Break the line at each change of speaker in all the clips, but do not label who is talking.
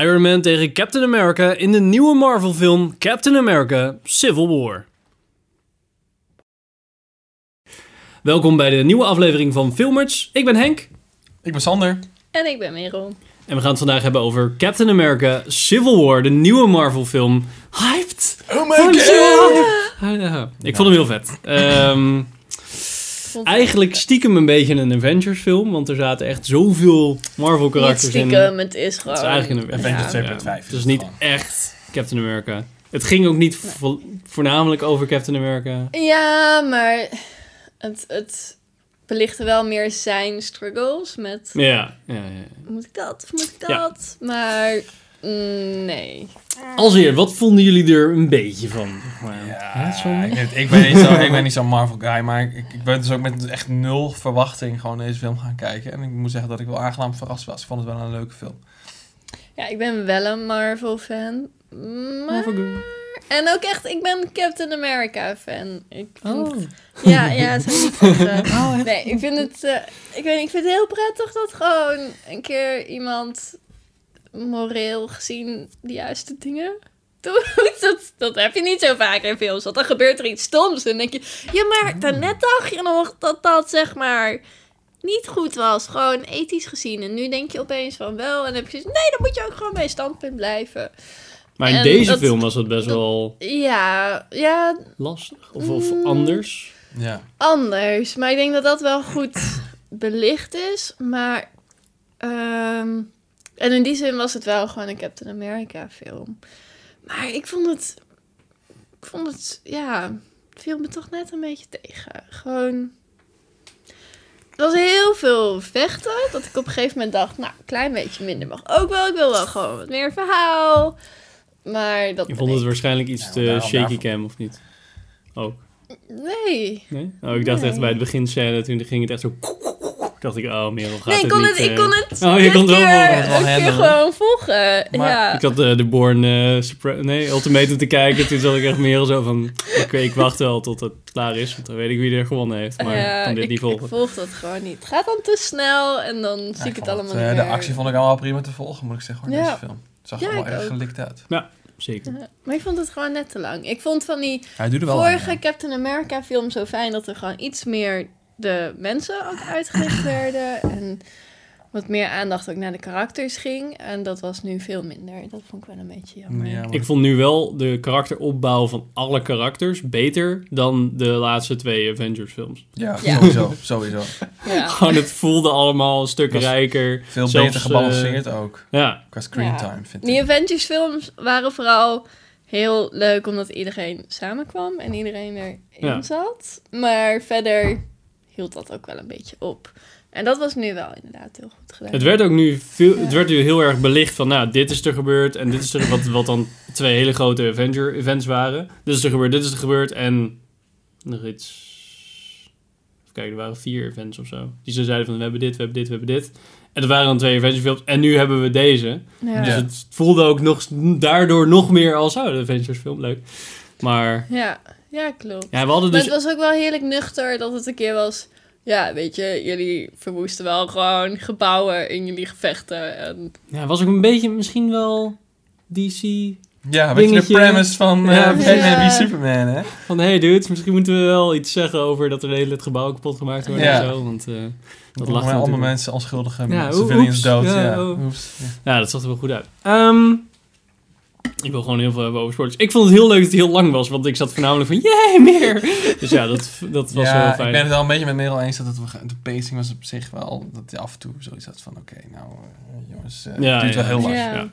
Iron Man tegen Captain America in de nieuwe Marvel-film Captain America Civil War. Welkom bij de nieuwe aflevering van Filmers. Ik ben Henk
Ik ben Sander.
En ik ben Merel.
en we gaan het vandaag hebben over Captain America Civil War, de nieuwe Marvel-film. Hyped!
Oh
I'm so hyped! Ah, ja. Ik vond hem heel vet. Ehm, eigenlijk stiekem een beetje een Avengers-film, want er zaten echt zoveel
niet
Marvel-karakters in.
stiekem, het is gewoon...
Het is eigenlijk een
Avengers
Oh, ja.
2.5
Ja.
is
Dus
het
niet
gewoon.
echt Captain America. Het ging ook niet vo- voornamelijk over Captain America.
Ja, maar het, het belichtte wel meer zijn struggles met...
Ja, ja, ja.
Moet ik dat of moet ik
Ja.
dat? Maar mm, nee.
Als eer, wat vonden jullie er een beetje van? Hè,
Ja,
Sander?
ik, weet- ik ben niet zo- ik ben niet zo'n Marvel guy, maar ik, ik ben dus ook met echt nul verwachting gewoon deze film gaan kijken. En ik moet zeggen dat ik wel aangenaam verrast was. Ik vond het wel een leuke film.
Ja, ik ben wel een Marvel-fan. Maar...
Marvel girl.
En ook echt, ik ben Captain America-fan. Ik vind-
Oh.
Ja, ja, het is niet goed, eh.
Oh, echt?
Nee, ik vind het, eh, ik weet, niet, ik vind het heel prettig dat gewoon een keer iemand moreel gezien de juiste dingen doet. Dat, dat heb je niet zo vaak in films, want dan gebeurt er iets stoms. En dan denk je, ja,
Oh.
maar daarnet dacht je nog dat dat zeg maar niet goed was. Gewoon ethisch gezien. En nu denk je opeens van wel. En dan heb je zoiets, nee, dan moet je ook gewoon bij je standpunt blijven.
Maar in
En
deze
dat-
film was dat best
dat-
wel
Ja, ja,
lastig. Of, of
Mm.
anders.
Ja.
anders. Maar ik denk dat dat wel goed belicht is. Maar. ehm, en in die zin was het wel gewoon een Captain America film. Maar ik vond het. Ik vond het. Ja. Het viel me toch net een beetje tegen. Gewoon. Er was heel veel vechten. Dat ik op een gegeven moment dacht. Nou, een klein beetje minder mag ook wel. Ik wil wel gewoon wat meer verhaal. Maar dat.
Je vond het
nee.
waarschijnlijk iets
Ja,
te
daarom-
shaky
daarvoor-
cam, of niet? Ook.
Nee.
Nee? Oh, ik dacht echt
Nee.
bij het begin scène, toen ging het echt zo... dacht ik, oh Merel, gaat
Nee, ik
dit
kon,
niet,
het, ik
eh,
kon het
Oh, je
een
kon het wel
keer-
volgen.
Dat is wel
een keer
handig.
gewoon volgen.
Maar
ja.
Ik had eh, de Born eh, Supre- nee, Ultimatum te kijken. Toen zat ik echt meer zo van... Oké, ik wacht wel tot het klaar is. Want dan weet ik wie er gewonnen heeft. Maar
Ja,
ik kan dit
Eh, ik,
niet volgen.
ik volg dat gewoon niet. Het gaat dan te snel en dan zie ik het allemaal
eh,
niet
De
meer.
actie vond ik allemaal prima te volgen, moet ik zeggen, hoor,
Ja.
deze film. Het zag
Ja,
allemaal
ik
erg
ook.
gelikt uit.
Zeker.
Ja, maar ik vond het gewoon net te lang. Ik vond van die
Hij duurde wel
vorige
lang,
Captain America film zo fijn dat er gewoon iets meer de mensen ook uitgelicht werden. En wat meer aandacht ook naar de karakters ging. En dat was nu veel minder. Dat vond ik wel een beetje
ja.
jammer.
Ja, maar-
Ik vond nu wel de karakteropbouw van alle karakters beter dan de laatste twee Avengers films.
ja,
Ja.
sowieso. sowieso.
Ja.
Gewoon, het voelde allemaal een stuk
Was
rijker.
Veel
Zelfs,
beter gebalanceerd ook.
eh, ja,
Qua screen
Ja.
time, vind
Die
ik.
Avengers films waren vooral heel leuk omdat iedereen samenkwam en iedereen erin
Ja.
zat. Maar verder hield dat ook wel een beetje op. En dat was nu wel inderdaad heel goed gedaan.
het werd ook nu veel, het werd nu heel erg belicht van... Nou, dit is er gebeurd. En dit is er wat, wat dan twee hele grote Avenger-events waren. Dit is er gebeurd, dit is er gebeurd. En nog iets... Even kijken, er waren vier events of zo. Die ze zeiden van, we hebben dit, we hebben dit, we hebben dit. En dat waren dan twee Avengers-films. En nu hebben we deze.
ja.
Dus
Ja.
het voelde ook nog, daardoor nog meer als, oh, de Avengers film, leuk. Maar
Ja. ja, klopt.
ja, we hadden
Maar
dus...
het was ook wel heerlijk nuchter dat het een keer was. Ja, weet je, jullie verwoesten wel gewoon gebouwen in jullie gevechten. En...
Ja, was ook een beetje misschien wel DC...
Ja, weet je de
Dingetje.
premise van eh
Ja,
Batman
precies.
wie Superman, hè?
Van, hey dudes, misschien moeten we wel iets zeggen over dat er de hele het gebouw kapot gemaakt wordt
Ja.
en zo. Want, eh,
Dat
lacht
lachen allemaal
natuurlijk.
mensen, onschuldige
Ja,
civilians
oeps,
dood.
ja,
Ja,
oh.
oeps, ja.
nou, dat zag er wel goed uit. Ehm, ik wil gewoon heel veel hebben over sports. Ik vond het heel leuk dat het heel lang was, want ik zat voornamelijk van, jee, meer! Dus ja, dat, dat was
ja,
wel
ik
fijn.
ben het wel een beetje met Merel eens dat het, wel- de pacing was op zich wel dat je af en toe zoiets had van oké, nou eh, jongens, eh, het duurt wel heel lang.
Ja.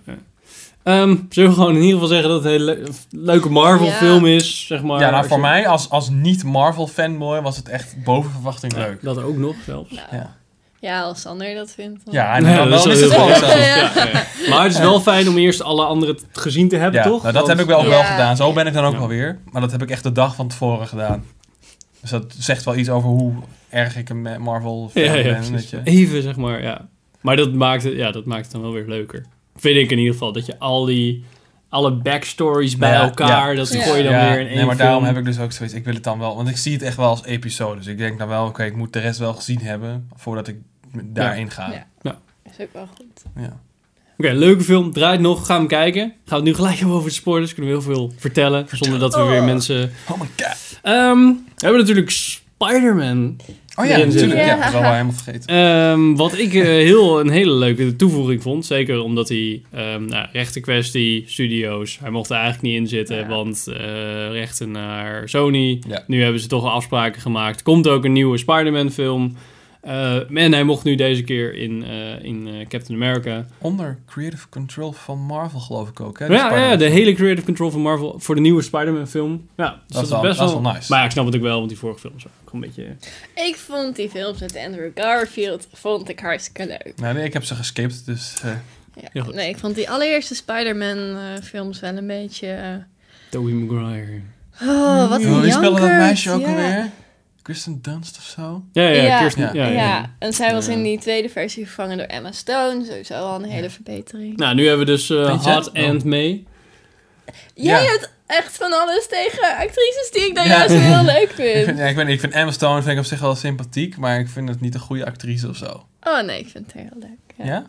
Ehm, zullen we gewoon in ieder geval zeggen dat het een hele le- leuke Marvel
Ja.
film is, zeg maar.
Ja, nou voor
Zo-
mij als, als niet Marvel fanboy was het echt boven verwachting
Ja,
leuk.
Dat ook nog zelfs.
Nou, ja.
Ja,
als Sander dat vindt. dan-
ja en
Ja,
dan,
dat
dan
is
is
wel
het
heel
gewoon
veel.
zo.
Ja.
Maar het is wel fijn om eerst alle anderen t- gezien te hebben,
Ja,
toch?
nou, dat
Want-
heb ik wel,
Ja.
wel gedaan. Zo ben ik dan ook
Ja.
alweer. Maar dat heb ik echt de dag van tevoren gedaan. Dus dat zegt wel iets over hoe erg ik een Marvel fan
Ja, ja,
ben.
precies.
Dat je,
Even, zeg maar, ja. Maar dat maakt, het, ja, dat maakt het dan wel weer leuker. Vind ik in ieder geval, dat je al die... Alle backstories bij
Nou Ja,
elkaar,
ja,
dat
precies.
gooi je dan
ja,
weer in één
nee, maar
film.
daarom heb ik dus ook zoiets. Ik wil het dan wel, want ik zie het echt wel als episode. Dus ik denk dan wel, oké, ik moet de rest wel gezien hebben voordat ik me daarin ga.
Ja.
Ja.
Is ook wel goed.
Ja.
leuke film. Draait nog. Gaan we hem kijken. Gaan we het nu gelijk hebben over de spoilers. Kunnen we heel veel vertellen. Zonder dat we weer
Oh.
mensen...
Oh my god.
Ehm, we hebben natuurlijk Spider-Man.
Oh ja,
Ja.
natuurlijk. Ja, dat is wel
Ja.
helemaal vergeten.
Ehm, wat ik eh, heel, een hele leuke toevoeging vond. Zeker omdat hij ehm nou, rechtenkwestie, studio's. Hij mocht er eigenlijk niet in zitten.
Ja.
Want eh, rechten naar Sony.
Ja.
Nu hebben ze toch al afspraken gemaakt. Komt ook een nieuwe Spider-Man film. Eh, en hij mocht nu deze keer in, eh, in eh, Captain America.
Onder creative control van Marvel geloof ik ook. Hè? Die
Ja, ja,
Spider-Man.
de hele creative control van Marvel voor de nieuwe Spider-Man film. Ja, dus
Dat is wel- dat is wel nice.
Maar ja, ik snap het ook wel, want die vorige film was ook een beetje...
Ik vond die films met Andrew Garfield vond ik hartstikke leuk.
Nou, nee, ik heb ze geskipt, dus... eh,
Ja.
Heel goed.
Nee, ik vond die allereerste Spider-Man eh, films wel een beetje... eh,
Tobey Maguire.
Oh, wat een
Oh, Wie speelde dat
jankert,
meisje ook
ja.
alweer? Kristen Dunst of zo?
Ja, ja,
Ja.
Kirsten- ja,
Ja.
ja, ja.
Ja, en zij was
Ja.
in die tweede versie vervangen door Emma Stone. Sowieso al een hele verbetering.
Nou, nu hebben we dus eh,
Weet je?
Hot
Oh.
End mee.
Jij
Ja.
hebt echt van alles tegen actrices die ik dan
Ja.
juist heel leuk
Ik
vind.
vind, ja, ik, weet niet, ik vind Emma Stone vind ik op zich wel sympathiek, maar ik vind het niet een goede actrice of zo.
Oh nee, ik vind het heel leuk. Ja.
Ja?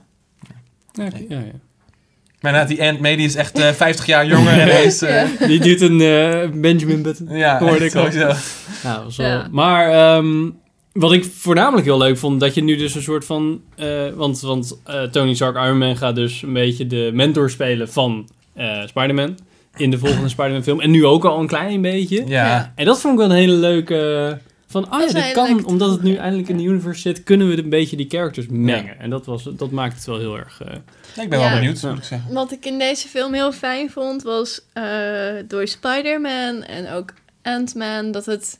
Ja, oké, ja, ja.
Maar na die Ant May, die is echt eh, 50 jaar jonger en hij is... eh,
Die doet een eh, Benjamin Button.
ja,
Hoorde ik
echt sowieso.
Nou, zo.
Ja.
Maar ehm, wat ik voornamelijk heel leuk vond, dat je nu dus een soort van... eh, want want eh, Tony Stark Iron Man gaat dus een beetje de mentor spelen van eh, Spider-Man. In de volgende Spider-Man film. En nu ook al een klein beetje.
Ja.
En dat vond ik wel een hele leuke... Van, ah
Dat
ja,
is een
dit
hele
kan,
leuke
omdat het nu
toevoeging.
eindelijk in de universe zit, kunnen we een beetje die characters mengen. En dat, was, dat maakt het wel heel erg... eh,
Ik ben
Ja.
wel benieuwd,
Ja.
moet ik zeggen.
Wat ik in deze film heel fijn vond was eh, door Spider-Man en ook Ant-Man dat het.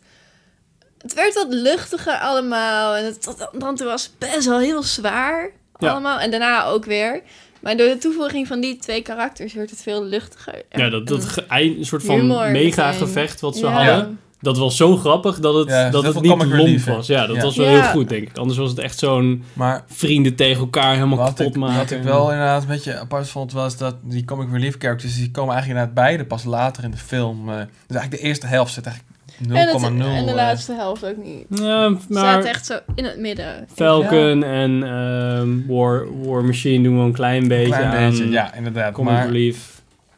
Het werd wat luchtiger allemaal en het tot dan toe was best wel heel zwaar
Ja.
allemaal en daarna ook weer. Maar door de toevoeging van die twee karakters werd het veel luchtiger.
Ja, eh, dat, dat ge- eind- een soort
humor
van mega
meteen.
gevecht wat ze
Ja.
hadden. Dat was zo grappig dat het,
Ja,
dat
dat
het
was
niet
comic
lomp
relief, hè?
was. Ja, dat
Ja.
was wel
Ja.
heel goed, denk ik. Anders was het echt zo'n
Maar
vrienden tegen elkaar helemaal
wat
kapot
ik,
maken.
wat ik wel inderdaad een beetje apart vond, was dat die comic relief characters, dus die komen eigenlijk inderdaad beide pas later in de film. eh, dus eigenlijk de eerste helft zit eigenlijk 0,0.
En, het- en de
eh,
laatste helft ook niet.
Ja,
Ze zaten
maar
echt zo in het midden.
Falcon en ehm, War, War Machine doen we een klein beetje
klein
aan.
beetje. Ja, inderdaad.
Comic
maar,
relief.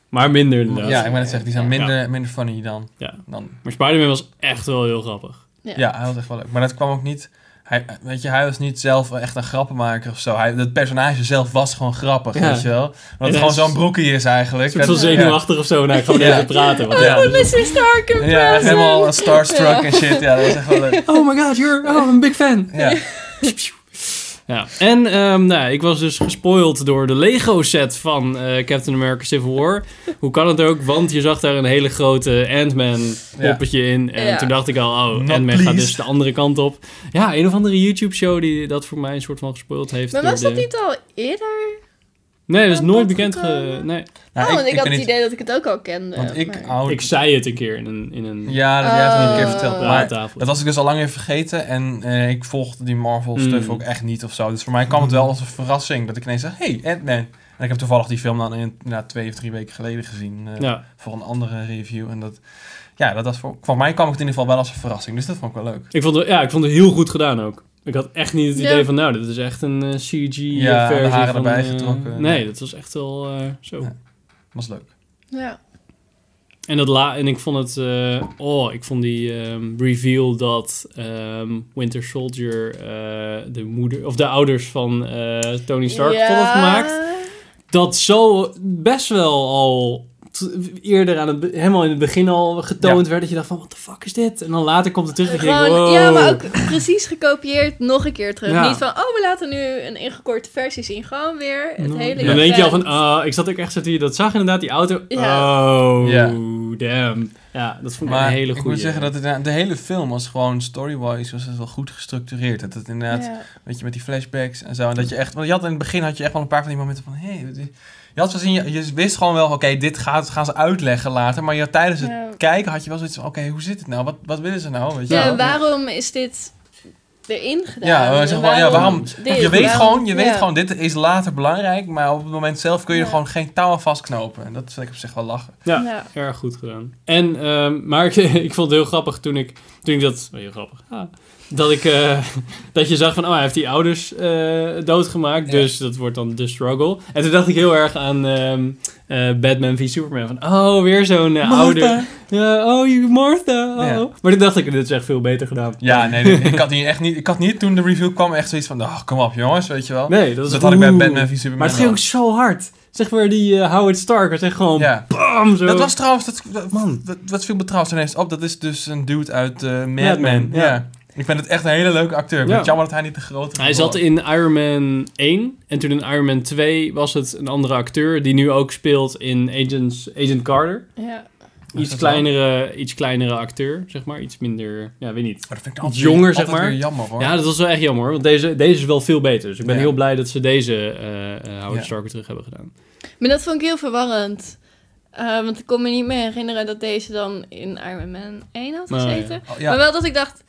Maar minder inderdaad.
ja, ik wou net zeggen, die zijn
Ja.
minder, minder funny dan,
Ja.
dan
Maar Spider-Man was echt wel heel grappig.
Ja.
Ja, hij was echt wel leuk. Maar dat kwam ook niet... Hij, weet je, hij was niet zelf echt een grappenmaker of zo. Hij, dat personage zelf was gewoon grappig,
Ja.
weet je wel. Omdat
hij
het gewoon
is-
zo'n broekie is eigenlijk.
Een soort van
Dat-
zenuwachtig of zo. Nou, ik ga maar
Ja.
even praten. Want,
Oh,
ja,
ja,
dus-
Mr. Stark
Ja,
in
ja echt
person.
helemaal starstruck
Ja.
en shit. Ja, dat was echt wel leuk.
oh my god, you're oh, I'm a big fan.
Ja,
Ja, en ehm, nou, ja, ik was dus gespoild door de Lego-set van eh, Captain America Civil War. Hoe kan het ook? Want je zag daar een hele grote
Ja.
Ant-Man-poppetje in. En
Ja.
toen dacht ik al, oh,
Not
Ant-Man gaat
pleased.
dus de andere kant op. Ja, een of andere YouTube-show die dat voor mij een soort van gespoild heeft.
Maar
door
was dat
de-
niet al eerder?
Nee, dat is
aan
nooit
bod
bekend. Ge...
gekomen?
Nee,
Nou,
oh, want ik,
ben
had het
niet-
idee dat ik het ook al kende.
Want ik
maar-
oud...
ik zei het een keer in een, in een
Oh, Ja, dat jij het me een keer
Oh.
verteld.
Eh,
Maar
praattafel.
dat was ik dus al lang even vergeten. En eh, ik volgde die Marvel-stuff
Mm.
ook echt niet of zo. Dus voor mij kwam het wel als een verrassing. Dat ik ineens zeg, hey, Ant-Man. En ik heb toevallig die film dan in, na twee of drie weken geleden gezien. eh,
ja.
voor een andere review. En dat, ja, dat was voor, voor mij kwam het in ieder geval wel als een verrassing. Dus dat vond ik wel leuk.
Ik, vond het, ja, ik vond het heel goed gedaan ook. Ik had echt niet het
Ja.
idee van, nou, dit is echt een CG-versie.
Ja, de haren
van,
erbij
eh,
getrokken.
nee, dat was echt wel eh, zo.
Ja. was leuk.
Ja.
En, dat la en ik vond het... eh, oh, ik vond die ehm, reveal dat ehm, Winter Soldier eh, de moeder... Of de ouders van eh, Tony Stark
Ja.
voor had gemaakt. Dat zo best wel al t- eerder aan het... be- Helemaal in het begin al getoond werd. Dat je dacht van, wat de fuck is dit? En dan later komt
Dus
het terug en je denkt,
Gewoon-
wow.
Ja, maar ook precies gekopieerd, nog een keer terug.
Ja.
Niet van, oh, we laten nu een ingekorte versie zien. Gewoon weer het
Nou,
hele
Dan denk je al van,
event.
ah, ik zat ook echt zo te- dat zag inderdaad die auto.
Ja.
Oh,
Ja.
damn. Ja, dat vond ik
Maar
een hele
ik
goede.
moet zeggen dat het, de hele film was gewoon story-wise was het wel goed gestructureerd. Dat het inderdaad,
Ja.
weet je, met die flashbacks en zo. En dat je echt, want je had in het begin had je echt wel een paar van die momenten van, hé, hey, je had zo zien, je, je wist gewoon wel, oké, dit gaat, gaan ze uitleggen later. Maar je had tijdens het
Ja.
kijken had je wel zoiets van, oké, hoe zit het nou? Wat, wat willen ze nou? Weet je
Ja,
wel?
waarom is dit erin gedaan.
Ja, maar
En
zeg gewoon, ja, waarom-
dit?
je weet
Waarom-
gewoon, je weet
ja.
gewoon, dit is later belangrijk, maar op het moment zelf kun je er
Ja.
gewoon geen touw aan vastknopen. En dat vind ik op zich wel lachen.
Ja.
Ja.
Erg goed gedaan. En, ehm, maar ik, ik vond het heel grappig toen ik, toen ik dat, oh, heel grappig, ah, dat ik, eh, dat je zag van, oh, hij heeft die ouders eh, doodgemaakt,
Ja.
dus dat wordt dan de struggle. En toen dacht ik heel erg aan ehm, eh, Batman v Superman, van, oh, weer zo'n eh, ouder. Ja, oh, you Martha, oh.
Ja.
Maar toen dacht ik, dit is echt veel beter gedaan.
Ja, nee, dit- ik had hier echt niet, ik had niet toen de review kwam echt zoiets van, oh, kom op jongens, weet je wel.
Nee, dat is
dat had ik bij
oeh.
Batman v Superman
Maar het ging
wel.
ook zo hard. Zeg maar die eh, Howard Stark, was echt gewoon
Ja.
bam, zo.
Dat was trouwens, dat, dat,
Man.
Dat, dat viel me trouwens ineens op, dat is dus een dude uit eh, Mad,
Mad Men,
Men. Ja.
ja.
Ik vind het echt een hele leuke acteur. Ik vind
Ja.
het jammer dat hij niet de grote
Hij zat in Iron Man 1 en toen in Iron Man 2 was het een andere acteur die nu ook speelt in Agents, Agent Carter.
Ja.
Ja,
Iets
dat
kleinere, iets kleinere acteur, zeg maar. Iets minder, ja, weet niet.
Maar dat vind ik
Iets jonger, zeg
altijd
maar.
weer jammer hoor.
Ja, dat was wel echt jammer, hoor, want deze, deze is wel veel beter. Dus ik ben
Ja.
heel blij dat ze deze eh, eh, Howard
Ja.
Stark weer terug hebben gedaan.
Maar dat vond ik heel verwarrend. Eh, want ik kon me niet meer herinneren dat deze dan in Iron Man 1 had
Ah, ja.
gezeten.
Oh,
Maar
ja.
wel dat ik dacht,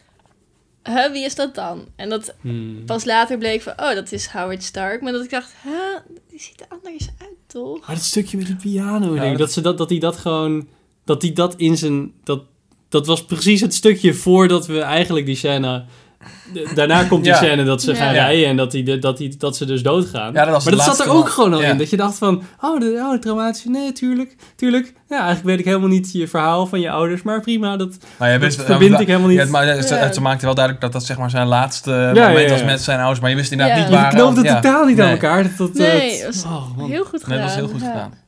hè, wie is dat dan? En dat
Hmm.
pas later bleek van, oh, dat is Howard Stark. Maar dat ik dacht, hè, die ziet er anders uit, toch?
Maar dat stukje met die piano,
Ja,
denk ik.
dat-
Dat, ze dat, dat hij dat gewoon... Dat hij dat in zijn... Dat, dat was precies het stukje voordat we eigenlijk die scène... de- Daarna komt die
Ja.
scène dat ze
Ja.
gaan
Ja.
rijden en dat, die, de- dat, die, dat ze dus doodgaan.
Ja, dat was
maar
de
dat zat
laatste
er ook
man.
gewoon al
Ja.
in. Dat je dacht van, oh, de, oh traumatische, nee, tuurlijk, tuurlijk. Ja, eigenlijk weet ik helemaal niet je verhaal van je ouders, maar prima, dat,
Maar je
dat
wist-
verbind ik helemaal
Ja,
niet.
het, maar ze,
Ja.
ze maakte wel duidelijk dat dat zeg maar zijn laatste
ja, ja.
moment was met zijn ouders. Maar je wist inderdaad
Ja.
niet
Je
waar...
ik knoopt het
ja.
totaal niet aan
Nee.
elkaar. Dat, dat,
Nee,
dat-
dat
oh, man.
Heel goed gedaan.
Nee, dat was heel goed
ja.
gedaan.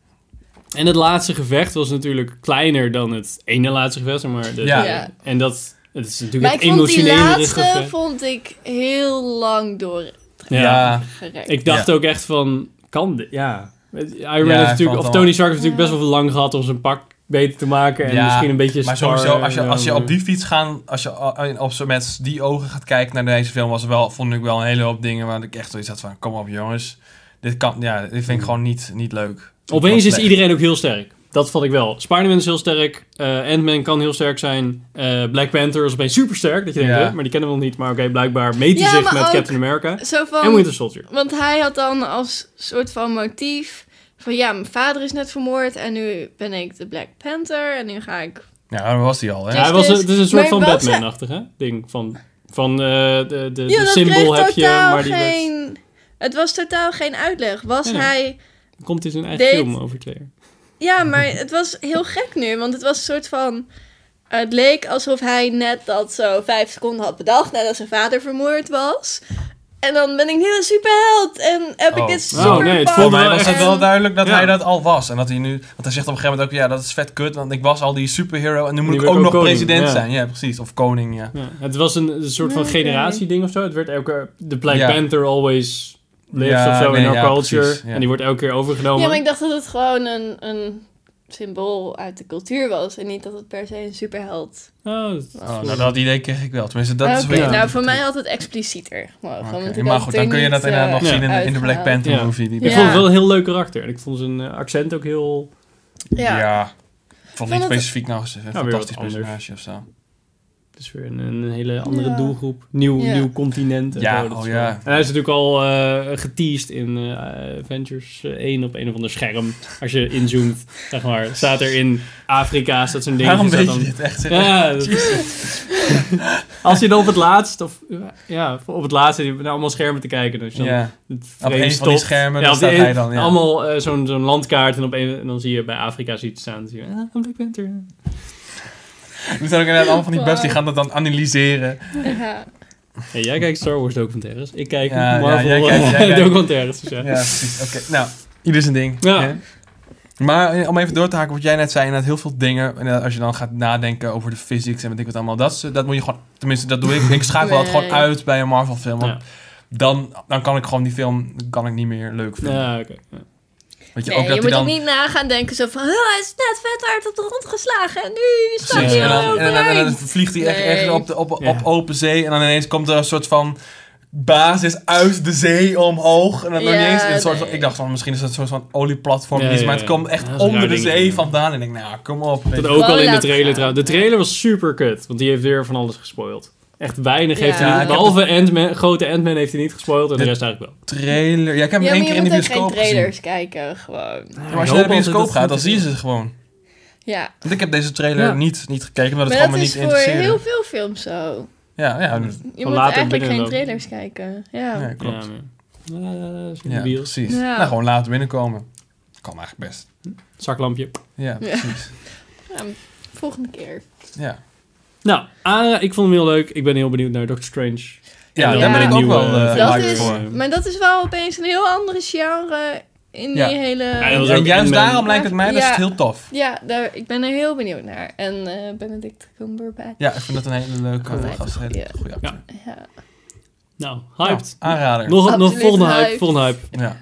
En het laatste gevecht was natuurlijk kleiner dan het ene laatste gevecht, zeg maar. De-
Ja.
Ja.
En dat, het is natuurlijk
Maar ik
het
vond die
emotionele
laatste
gevecht.
vond ik heel lang doorgerekt.
Ja.
Ja.
Ik dacht
Ja.
ook echt van, kan dit? Ja. Iron Man
hij
heeft
valt
natuurlijk, of
al.
Tony Stark heeft natuurlijk
Ja.
best wel veel lang gehad om zijn pak beter te maken. En
Ja,
misschien een beetje
Maar
sparren
sowieso, als je,
en,
als je
eh,
op die fiets gaan, als je a- op zo met die ogen gaat kijken naar deze film, was er wel, vond ik wel een hele hoop dingen waar ik echt zoiets had van, kom op jongens, dit kan, ja, dit vind ik gewoon niet, niet leuk.
Opeens is
Slecht.
iedereen ook heel sterk. Dat vond ik wel. Spider-Man is heel sterk. eh Ant-Man kan heel sterk zijn. eh, Black Panther is opeens supersterk. Dat je denkt,
Ja.
huh, maar die kennen we nog niet. Maar oké, blijkbaar meet hij
Ja,
zich
maar
met
ook
Captain America.
Zo van,
en Winter Soldier.
Want hij had dan als soort van motief van ja, mijn vader is net vermoord en nu ben ik de Black Panther en nu ga ik...
Ja, daar was hij al, hè?
Ja,
Dus
hij was,
dus-
een- het is een soort
maar
van
wat ze-
Batman-achtig, hè? Ding van, van eh, de, de,
Ja,
de
dat
symbool
kreeg
heb je,
totaal
maar die werd-
geen... Het was totaal geen uitleg. Was
Nee, nee.
hij...
komt in zijn eigen
Deed-
film over twee jaar.
Ja, maar het was heel gek nu, want het was een soort van... Het leek alsof hij net dat zo vijf seconden had bedacht nadat zijn vader vermoord was. En dan ben ik nu een superheld en heb
Oh.
ik dit
Oh,
super
nee, het
Voor
voelde
mij
wel
was het
echt-
wel duidelijk dat
Ja.
hij dat al was. En dat hij nu... Want hij zegt op een gegeven moment ook... Ja, dat is vet kut, want ik was al die superhero... en nu moet
Nu
ik
ben
ook,
ik ook
nog
koning,
president
ja.
zijn. Ja, precies. Of koning, ja.
Ja, het was een, een soort van
Oké.
generatie-ding of zo. Het werd elke keer... The Black
Ja.
Panther always lives
Ja,
of zo
nee,
in our
ja,
culture.
precies, ja.
En die wordt elke keer overgenomen.
Ja, maar ik dacht dat het gewoon een, een symbool uit de cultuur was. En niet dat het per se een superheld
Oh, dat-
Oh, nou, dat idee kreeg ik wel. Tenminste, dat is
Oké,
weer...
Nou, voor mij had het explicieter. Mogen,
Oké,
want ik
Maar
had
goed,
het
dan
er
kun je dat
niet,
inderdaad
eh,
nog zien in, in de Black
uitgehaald.
Panther
Ja.
movie. Die
Ik
Ja.
vond het wel een heel leuk karakter. En ik vond zijn eh, accent ook heel...
Ja.
Ja.
ja.
Ik vond niet
het-
specifiek nou eens een
weer
fantastisch
wat anders.
personage of zo.
Het is weer een, een hele andere
Ja.
doelgroep. Nieuw,
Ja.
nieuw continent. en
Ja,
zo, dat is
oh
wel-
ja.
En hij is natuurlijk al eh geteased in eh, Avengers 1 op een of ander scherm. Als je inzoomt, zeg maar. Staat er in Afrika, staat zo'n ding.
Waarom
staat
weet
dan-
je dit echt?
Ja, dat als je dan op het laatst, of ja, op het laatst zit je naar allemaal schermen te kijken. Dus dan
Ja.
het
Op
frame
een van die
stopt.
schermen,
Ja,
daar
op die
staat
een-
hij dan. Ja.
Allemaal eh, zo'n zo'n landkaart en, op een, en dan zie je bij Afrika zoiets staan. Dan zie je, ah, een Black Panther.
Er zijn ook inderdaad allemaal van die buffs die gaan dat dan analyseren.
Hey, jij kijkt Star Wars documentaires. Ik kijk
Ja, ja,
Marvel
jij kijkt- jij
eh,
kijkt-
documentaires. Dus, ja.
Ja, precies. Oké, nou, ieder zijn ding.
Ja.
hè? Maar eh, om even door te haken wat jij net zei, inderdaad heel veel dingen. Inderdaad, als je dan gaat nadenken over de physics en weet ik wat allemaal. Dat, is- dat moet je gewoon, tenminste dat doe ik. Ik schakel dat gewoon
Nee.
uit bij een Marvel film. Want
Ja.
dan, dan kan ik gewoon die film kan ik niet meer leuk vinden.
Ja, oké. Ja.
Weet je,
Nee,
ook dat
je
hij
moet
dan...
ook niet na gaan denken zo van... "Oh, hij is net vet hard op de grond geslagen en nu staat
Precies.
Ja.
hij
En,
al
dan, en, dan, en dan
overeind.
vliegt hij echt
Oh, Nee.
ergens op, de, op, op
Ja.
open zee. En dan ineens komt er een soort van basis uit de zee omhoog. En dan
Ja,
ineens een soort van,
nee.
ik dacht van, misschien is dat een soort van olieplatform.
Ja,
iets, maar
ja,
het
ja.
komt echt
Ja, dat is een
onder
raar
de
dingetje,
zee
ja.
vandaan. En ik denk, nou, kom op. weet
Dat
je.
ook al in de
laten
trailer
gaan.
trouwens. De trailer was super kut, want die heeft weer van alles gespoild. Echt weinig
Ja.
heeft
Ja,
hij
ik
niet.
heb-
Behalve Ant-Man, grote Ant-Man heeft hij niet gespoild en de
Dit-
rest eigenlijk wel.
Trailer. Ja, ik heb hem
Ja,
één
maar
keer
je
in de
moet ook geen
bioscoop gezien.
trailers kijken, gewoon.
Ja, maar als je naar de bioscoop gaat, dan zie je ze gewoon.
Ja.
Want ik heb deze trailer
Ja.
niet, niet gekeken, omdat het
maar dat
gewoon me
is
niet
voor
interesseerde.
heel veel films zo.
Ja, ja, dus-
Je
Van
moet
later
eigenlijk geen
binnenlopen.
trailers kijken. Ja.
ja, klopt.
Ja, maar- Eh, is in de
Ja,
bios.
precies.
Nou. Ja.
Nou, gewoon laten binnenkomen. Kan eigenlijk best.
Zaklampje.
Ja,
Ja.
precies.
Ja, volgende keer.
Ja.
Nou, Ara, ik vond hem heel leuk. Ik ben heel benieuwd naar Doctor Strange.
Ja,
Ja.
daar ben ik ook
Nieuwe,
wel eh,
eh,
dat
hyped
is-
voor.
Maar dat is wel opeens een heel andere genre in
Ja.
die hele...
Ja, dat is
En
ook eh,
juist
Ant-Man.
daarom lijkt het mij best
Ja.
heel tof.
Ja, daar, ik ben er heel benieuwd naar. En eh, Benedict Cumberbatch.
Ja, ik vind dat een hele leuke
Altijd
eh,
een
gast. Een hele
goeie.
goede acteur.
Ja.
Nou, hyped.
Nou, aanrader.
nog, nog
Absoluut
volgende hype,
hyped.
volgende hype.
Ja.